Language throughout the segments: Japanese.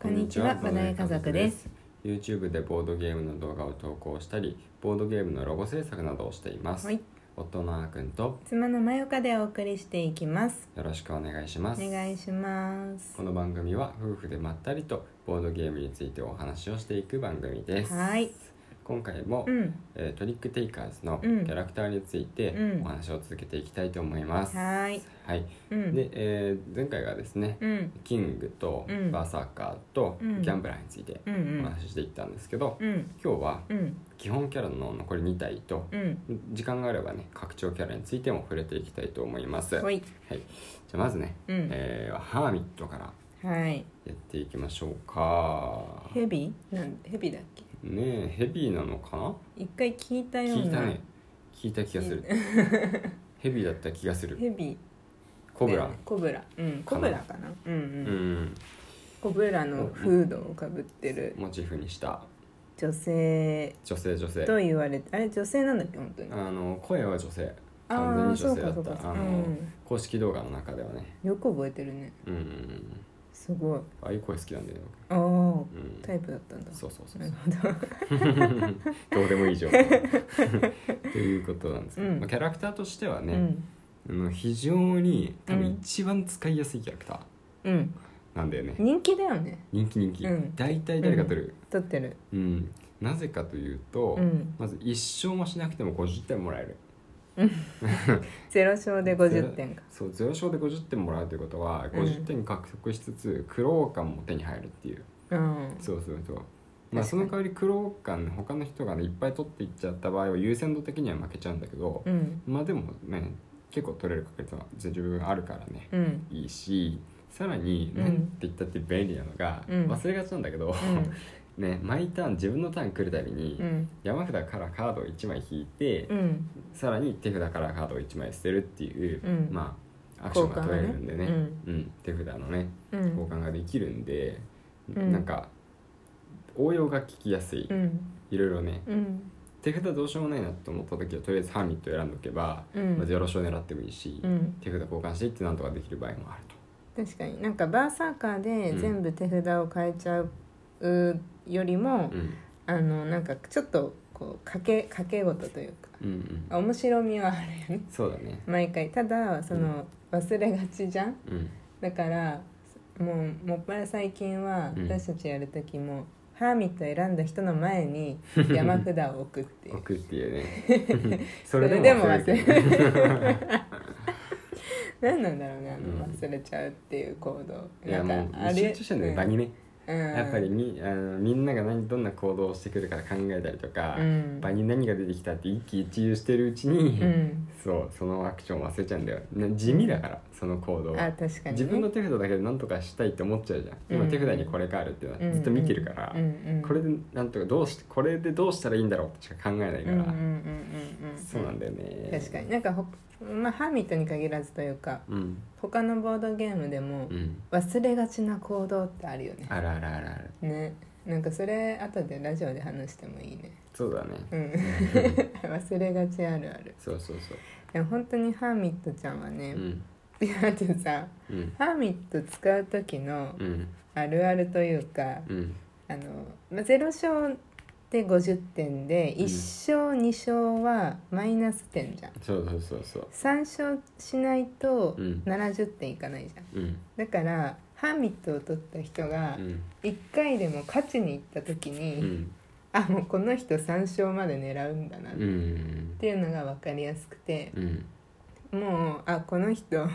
こんにちは、バナエ家族です。 YouTube でボードゲームの動画を投稿したりボードゲームのロゴ制作などをしています、はい、夫のあーくんと妻のまよかでお送りしていきます。よろしくお願いしまおす願いしますこ。の番組は夫婦でまったりとボードゲームについてお話をしていく番組ですはい今回も、うん、えートリックテイカーズのキうんャラクターについてうんお話を続けていきたいと思います、はい、はい、うん、で、えー前回がですね、うん、キングとうんバーサーカーとギうんャンブラーについてうん、うおん、話ししていったんですけど、うん、今日はうん、基本キャラの残り2体とうん、時間があればね拡張キャラについても触れていきたいと思いますほはいい、じゃあまずね、うんえーハーミットからはい、やっていきましょうかヘビ、なん、ヘビだっけ。ねえヘビーなのかな一回聞いたような。聞いたね聞いた気がする ヘビーだった気がするヘビ。コブラでコブラ、うん、コブラかな。うん、ううん、んコブラのフードをかぶってるモチーフにした女性。女性女性と言われて、あれ、女性なんだっけ、本当に。あの声は女性あー完全に女性そうかだっそうかたそうあかの、うん公式動画の中ではねよく覚えてるね。うんうんうんすごい。ああいう声好きなんだよ、ああ。僕うん、タイプだったんだ。そうそうそうなそるうほど。どうでもいい情 報ということなんですけど、うんまあ、キャラクターとしてはうね、ん。あの非常に多う分ん一番使いやすいキャラクターうん。なんだよね、人気だよね。人気人気、うん大体誰が取る、撮ってる。うんなぜかというと、うん。まず一勝もしなくても50点もらえるゼロ勝で50点か。そう0勝で50点もらうということはうん50点獲得しつつ苦労感も手に入るっていう、うん。そうそうそうま確あ、かそにの代わり苦労感他の人がねいっぱい取っていっちゃった場合は優先度的には負けちゃうんだけど、うん。まあでもね結構取れる確率は自分あるからね、うん。いいしさらにうん何て言ったって便利なのが、うん忘れがちなんだけど、ね毎ターン自分のターン来るたびに、うん。うん。山札からカードを1枚引いて、うん。さらに手札からカードを1枚捨てるっていう、うんまあアクションが取れるんでね交換がねうん手札のねうん。交換ができるんで、うんなんか応用が効きやすい、うん。いろいろねうん。手札どうしようもないなと思った時はとりあえずハーミットを選んどけば、うんまあ、ゼロ勝狙ってもいいし、うん。手札交換していってなんとかできる場合もある確かになんかバーサーカーで全部手札を変えちゃうよりもと、う、ん、あのなんかちょっとこう賭け賭け事というかうんうん面白みはあるよねそうだね毎回ただその忘れがちじゃんうんだからもうもっぱら最近はうん私たちやる時も、ハーミット選んだ人の前に山札を置くっていう置くっていうね それれででもも忘忘れれるるけけどね何なんだろうねあのうん忘れちゃうっていう行動いやもう集中してるのね場にね、うんやっぱりみあのみんなが何どんな行動をしてくるから考えたりとか、うん場に何が出てきたって一喜一憂してるうちに、うんそうそのアクション忘れちゃうんだよ、ね、地味だからその行動あは確かに、ね、自分の手札だけで何とかしたいって思っちゃうじゃん、う今ん手札にこれがあるっていうのはずっと見てるから、うんうんうん、これでなんとかどうしこれでどうしたらいいんだろうってしか考えないうんから、うんうんうんうんそうなんだよね確かになんかほ、まあ、ハーミットに限らずというかうん他のボードゲームでもうん忘れがちな行動ってあるよねあるあるあるあるねなんかそれ後でラジオで話してもいいねそうだね、うん 忘れがちあるあるそうそうそうでも本当にハーミットちゃんはうね、んいやだってさうんハーミット使う時のうんあるあるというか、うんあのまあ、0勝で50点でうん1勝2勝はマイナス点じゃんそうそうそうそう3勝しないとうん70点いかないじゃんうんだからハーミットを取った人がうん1回でも勝ちに行った時に、うんあもうこの人3勝まで狙うんだなっうんうんていうのが分かりやすくてうんもうあこの人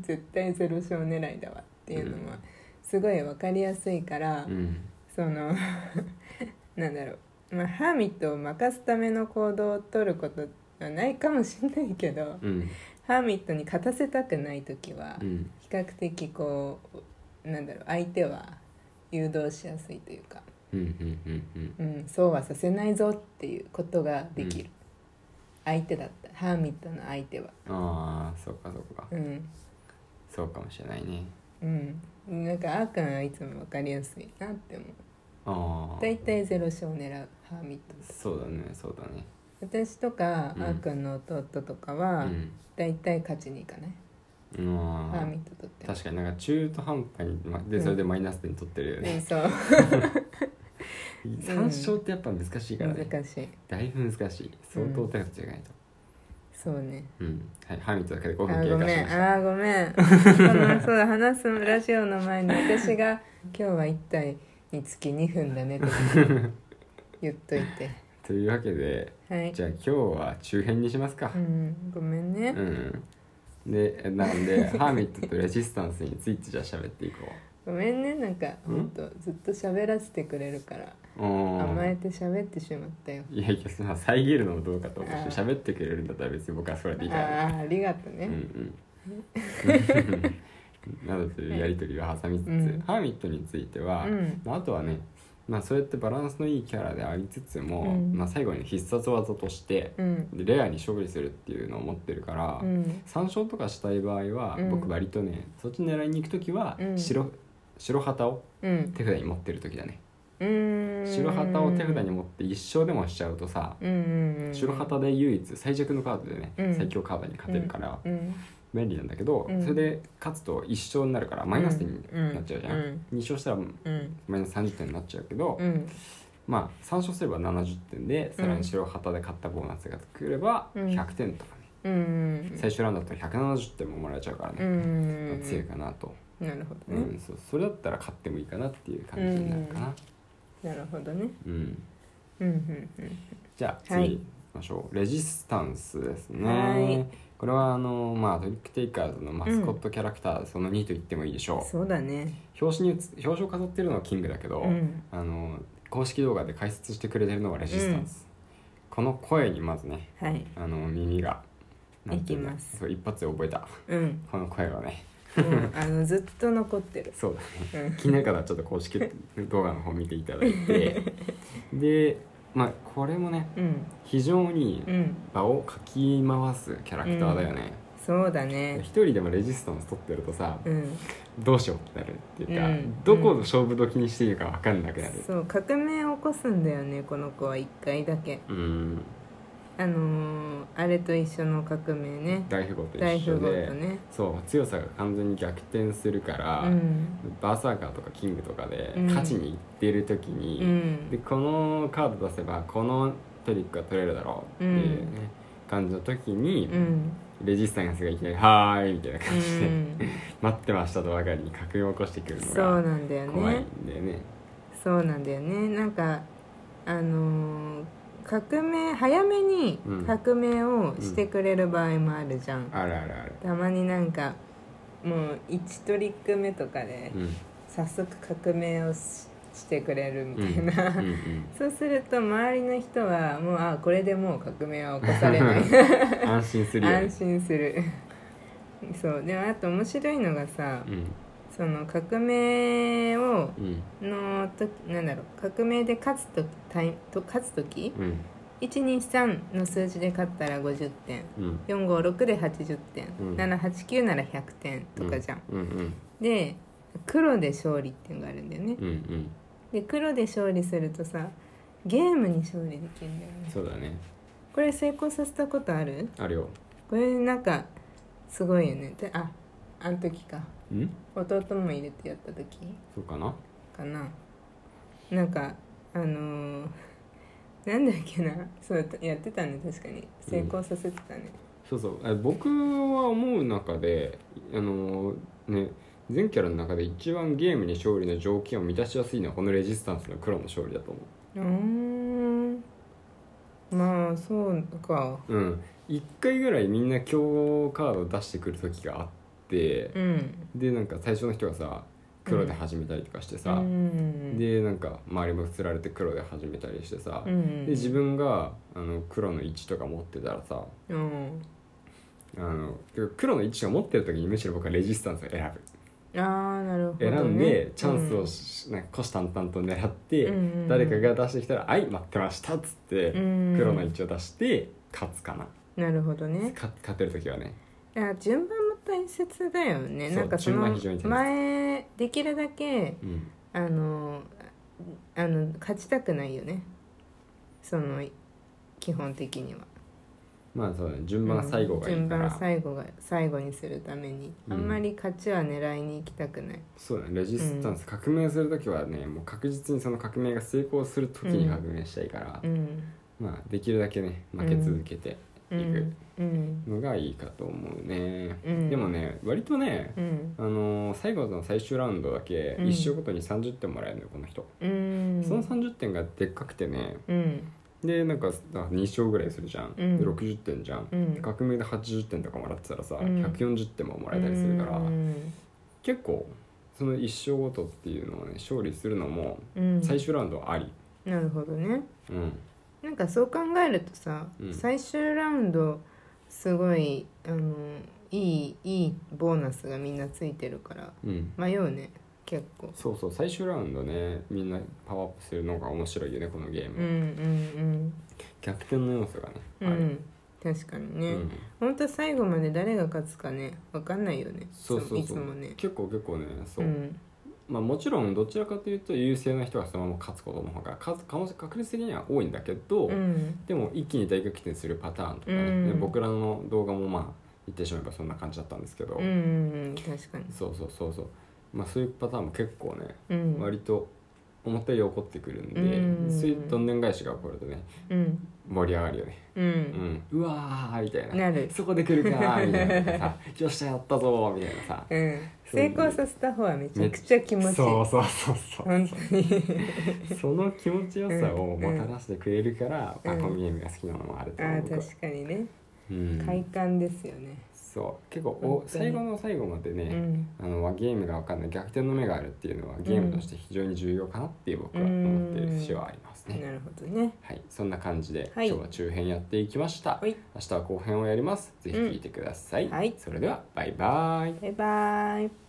絶対ゼロ勝狙いだわっていうのもすごい分かりやすいから、うんその なんだろう、まあ、ハーミットを任すための行動を取ることはないかもしれないけど、うんハーミットに勝たせたくない時はうん比較的こうなんだろう相手は誘導しやすいというか、うんうんうんうんうん、そうはさせないぞっていうことができる、相手だったハーミットの相手はああそうかそうかうんそうかもしれないねうんなんかあーくんはいつも分かりやすいなって思うああ大体ゼロ勝を狙うハーミットそうだねそうだね私とか、うんあーくんの弟とかは、うん大体勝ちに行かないうんハーミットとっても確かになんか中途半端にまでそれでマイナス点取ってるようんね、そう参照ってやっぱ難しいからね、難しいだいぶ難しい相当手が違いないとそうねうん、はいハーミットだけで5あ分ー経ご過めしまんしたあーごめんそのそうだ話すラジオの前に私が「今日は1体につき2分だね」 とか言っといてというわけではいじゃあ今日は中編にしますかうんごめんうね、ん、でなの でハーミットとレジスタンスについてじゃあ喋っていこごめんねなんかうんほんとずっと喋らせてくれるからううん甘えて喋ってしまったよいやいやその遮るのもどうかと思うしあー喋ってくれるんだったら別に僕はそれでいいからああーありがとううね ん うんなどというやり取りを挟みつつ、うんハーミットについては、うんまあ、あとはね、まあ、そうやってバランスのいいキャラでありつつも、うんまあ、最後に必殺技としてうんでレアに勝利するっていうのを持ってるから、うん参照とかしたい場合は、うん僕割とねそっち狙いに行く時はうん白,、白旗をうん手札に持ってる時だねうーん白旗を手札に持って一勝でもしちゃうとさ、うんうんうん白旗で唯一最弱のカードでね、うん最強カードに勝てるから、うん便利なんだけど、うんそれで勝つと一勝になるからマイナス点になっちゃうじゃん、う二ん2勝したらうんマイナス30点になっちゃうけど、うんまあ3勝すれば70点でさらに白旗で勝ったボーナスが作ればうん100点とかうね、ん最終ラウンドだと170点ももらえちゃうからうね、んまあ強いかなと、なるほうどんねそうそれだったら勝ってもいいかなっていう感じになるかな、なるほどねうんうんうんうんじゃあは次い行きましょう、レジスタンスですね、はいこれはあのまあトリックテイカーズのマスコットキャラクター、その2と言ってもいいでしょうそうだね表紙に写表紙を飾ってるのはキングだけど、うんあの公式動画で解説してくれてるのがレジスタンス、この声にまずねはいあの耳がなんていうんだいきますそう一発で覚えた うんこの声はねもうあのずっと残ってるそうだねうん気になる方はちょっと公式動画の方見ていただいて でまあこれもねうん非常にうん場をかき回すキャラクターだよねそうだ一、ね人でもレジスタンス取ってるとさ、うんどうしようってなるっていうか、うんどこの勝負時にしていいか分かんなくなるそう革命を起こすんだよねこの子は1回だけうんあのーあれと一緒の革命ね大富豪と大一緒富豪で、とねそう強さが完全に逆転するから、うんバーサーカーとかキングとかでうん勝ちにいってる時に、うんでこのカード出せばこのトリックが取れるだろうっていう、ね感じの時に、 うんレジスタンスがいきなり「はーい」みたいなう感じで、ん 待ってましたとばかりに革命を起こしてくるのそうがなんだよ怖いねんだよね。そうなんだよねなんかあのー革命早めにうん革命をしてくれる場合もあるじゃん、あるあるある。たまになんかもう1トリック目とかでうん、早速革命をししてくれるみうんたいな、うんうんそうすると周りの人はもうあこれでもう革命は起こされ ない安心するよね安心するそうでもあと面白いのがさその革命をうんうんの時なんだろう革命で勝つ時タイと勝つ時うん123の数字で勝ったら50点うん456で80点、うん789なら100点とかじゃん、うんうんで黒で勝利っていうのがあるんだよねうんうんで黒で勝利するとさゲームに勝利できるんだよねそうだねこれ成功させたことあるあるよこれなんかすごいよねでああの時かん弟も入れてやった時そうかなかななんかあのーなんだっけなそうやってたね確かに成功させてたねそうそうえ僕は思う中であのね全キャラの中で一番ゲームに勝利の条件を満たしやすいのはこのレジスタンスの黒の勝利だと思うーんまあそうかううん1回ぐらいみんな強豪カードを出してくる時があってうんでなんか最初の人がさ黒で始めたりとかしてうさ、んでなんか周りも釣られて黒で始めたりしてさ、うんで自分があの黒の1とか持ってたらさうんあの黒の1とか持ってる時にむしろ僕はレジスタンスを選ぶああなるほど、選ね、んで、チャンスうをんし、なんか虎視眈々と狙って、うんうんうん誰かが出してきたら「はい待ってました」っつって、うん黒の位置を出して勝つかな、なるほどねか勝てる時はねいや順番も大切だよねそうなんかそ順の番非常に大切前できるだけうんあのあの勝ちたくないよねその基本的にはまあそうだね順番最後がいいか順ら、番最後が最後にするために、うんあんまり勝ちは狙いに行きたくないそうだねレジスタンス、革命する時はねもう確実にその革命が成功する時に革命したいからう、んまあできるだけね負け続けてういくんうんのがいいかと思うね、うんでもね割とねう、んあのー最後の最終ラウンドだけうん一生ごとに30点もらえるのよこの人、うんその30点がでっかくてねうんでなんか2勝ぐらいするじゃん、うんで60点じゃん、うん革命で80点とかもらってたらさ、うん140点ももらえたりするから、うん結構その一勝ごとっていうのをね勝利するのもうん最終ラウンドはあり、なるほどねうん、なんかそう考えるとさ、うん最終ラウンドすごいあのいいいいボーナスがみんなついてるからうん、迷うね結構そうそう最終ラウンドねみんなパワーアップするのが面白いよねこのゲーうム、んうん逆転の要素がねうん、うん確かにあるね、うんほんと最後まで誰が勝つかね分かんないよねそうそうそうつもね結構結構ねそう、ん、まあもちろんどちらかというと優勢な人がそのまま勝つことの方が勝つ可能性確率的には多いんだけど、うんでも一気に大逆転するパターンとかね、うんで僕らの動画もまあ言ってしまえばそんな感じだったんですけど、うんうんうん確かに、そうそうそうそうまあそういうパターンも結構ね、うん、割と思ったより起こってくるんで、うんそういうどんでん返しが起こるとねうん盛り上がるよねうん、うん、うわーみたいななるそこで来るかーみたいなさ 「よっしゃやったぞ」みたいなさうん、成功させた方はめちゃくちゃ気持ちいいそうそうそうそう本当に その気持ちよさをもたらしてくれるから、うんまあ、このゲームが好きなのもあるとあ思あう僕は確かにねうん快感ですよね、そう結構本お当に最後の最後までうね、んあのゲームが分かんない逆転の目があるっていうのはゲームとして非常に重要かなっていう僕は思っている節はありますね、なるほどねはい、そんな感じで、はい今日は中編やっていきました、はい明日は後編をやりますぜひ聞いてください、うんはいそれではバイバイバイバイ